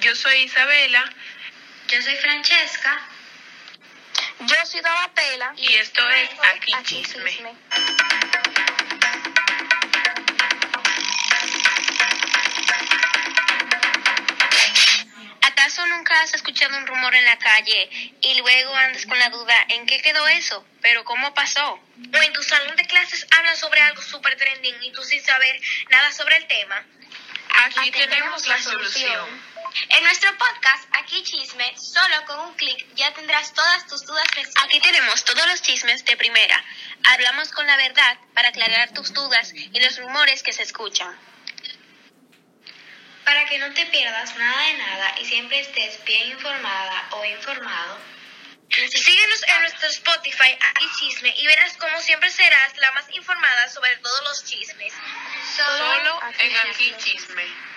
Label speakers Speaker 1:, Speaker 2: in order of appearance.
Speaker 1: Yo soy Isabela
Speaker 2: Yo soy Francesca.
Speaker 3: Yo soy Davatela.
Speaker 1: y esto es Aquí Chisme.
Speaker 3: ¿Acaso nunca has escuchado un rumor en la calle y luego andas con la duda en qué quedó eso? ¿Pero cómo pasó?
Speaker 2: O en tu salón de clases hablan sobre algo súper trending y tú sin saber nada sobre el tema.
Speaker 1: Aquí tenemos la solución.
Speaker 2: En nuestro podcast, Aquí Chisme, solo con un clic ya tendrás todas tus dudas resueltas.
Speaker 3: Aquí tenemos todos los chismes de primera. Hablamos con la verdad para aclarar tus dudas y los rumores que se escuchan.
Speaker 2: Para que no te pierdas nada de nada y siempre estés bien informada o informado. Síguenos en nuestro Spotify, Aquí Chisme, y verás cómo siempre serás la más informada sobre todos los chismes.
Speaker 1: Solo en Aquí Chisme.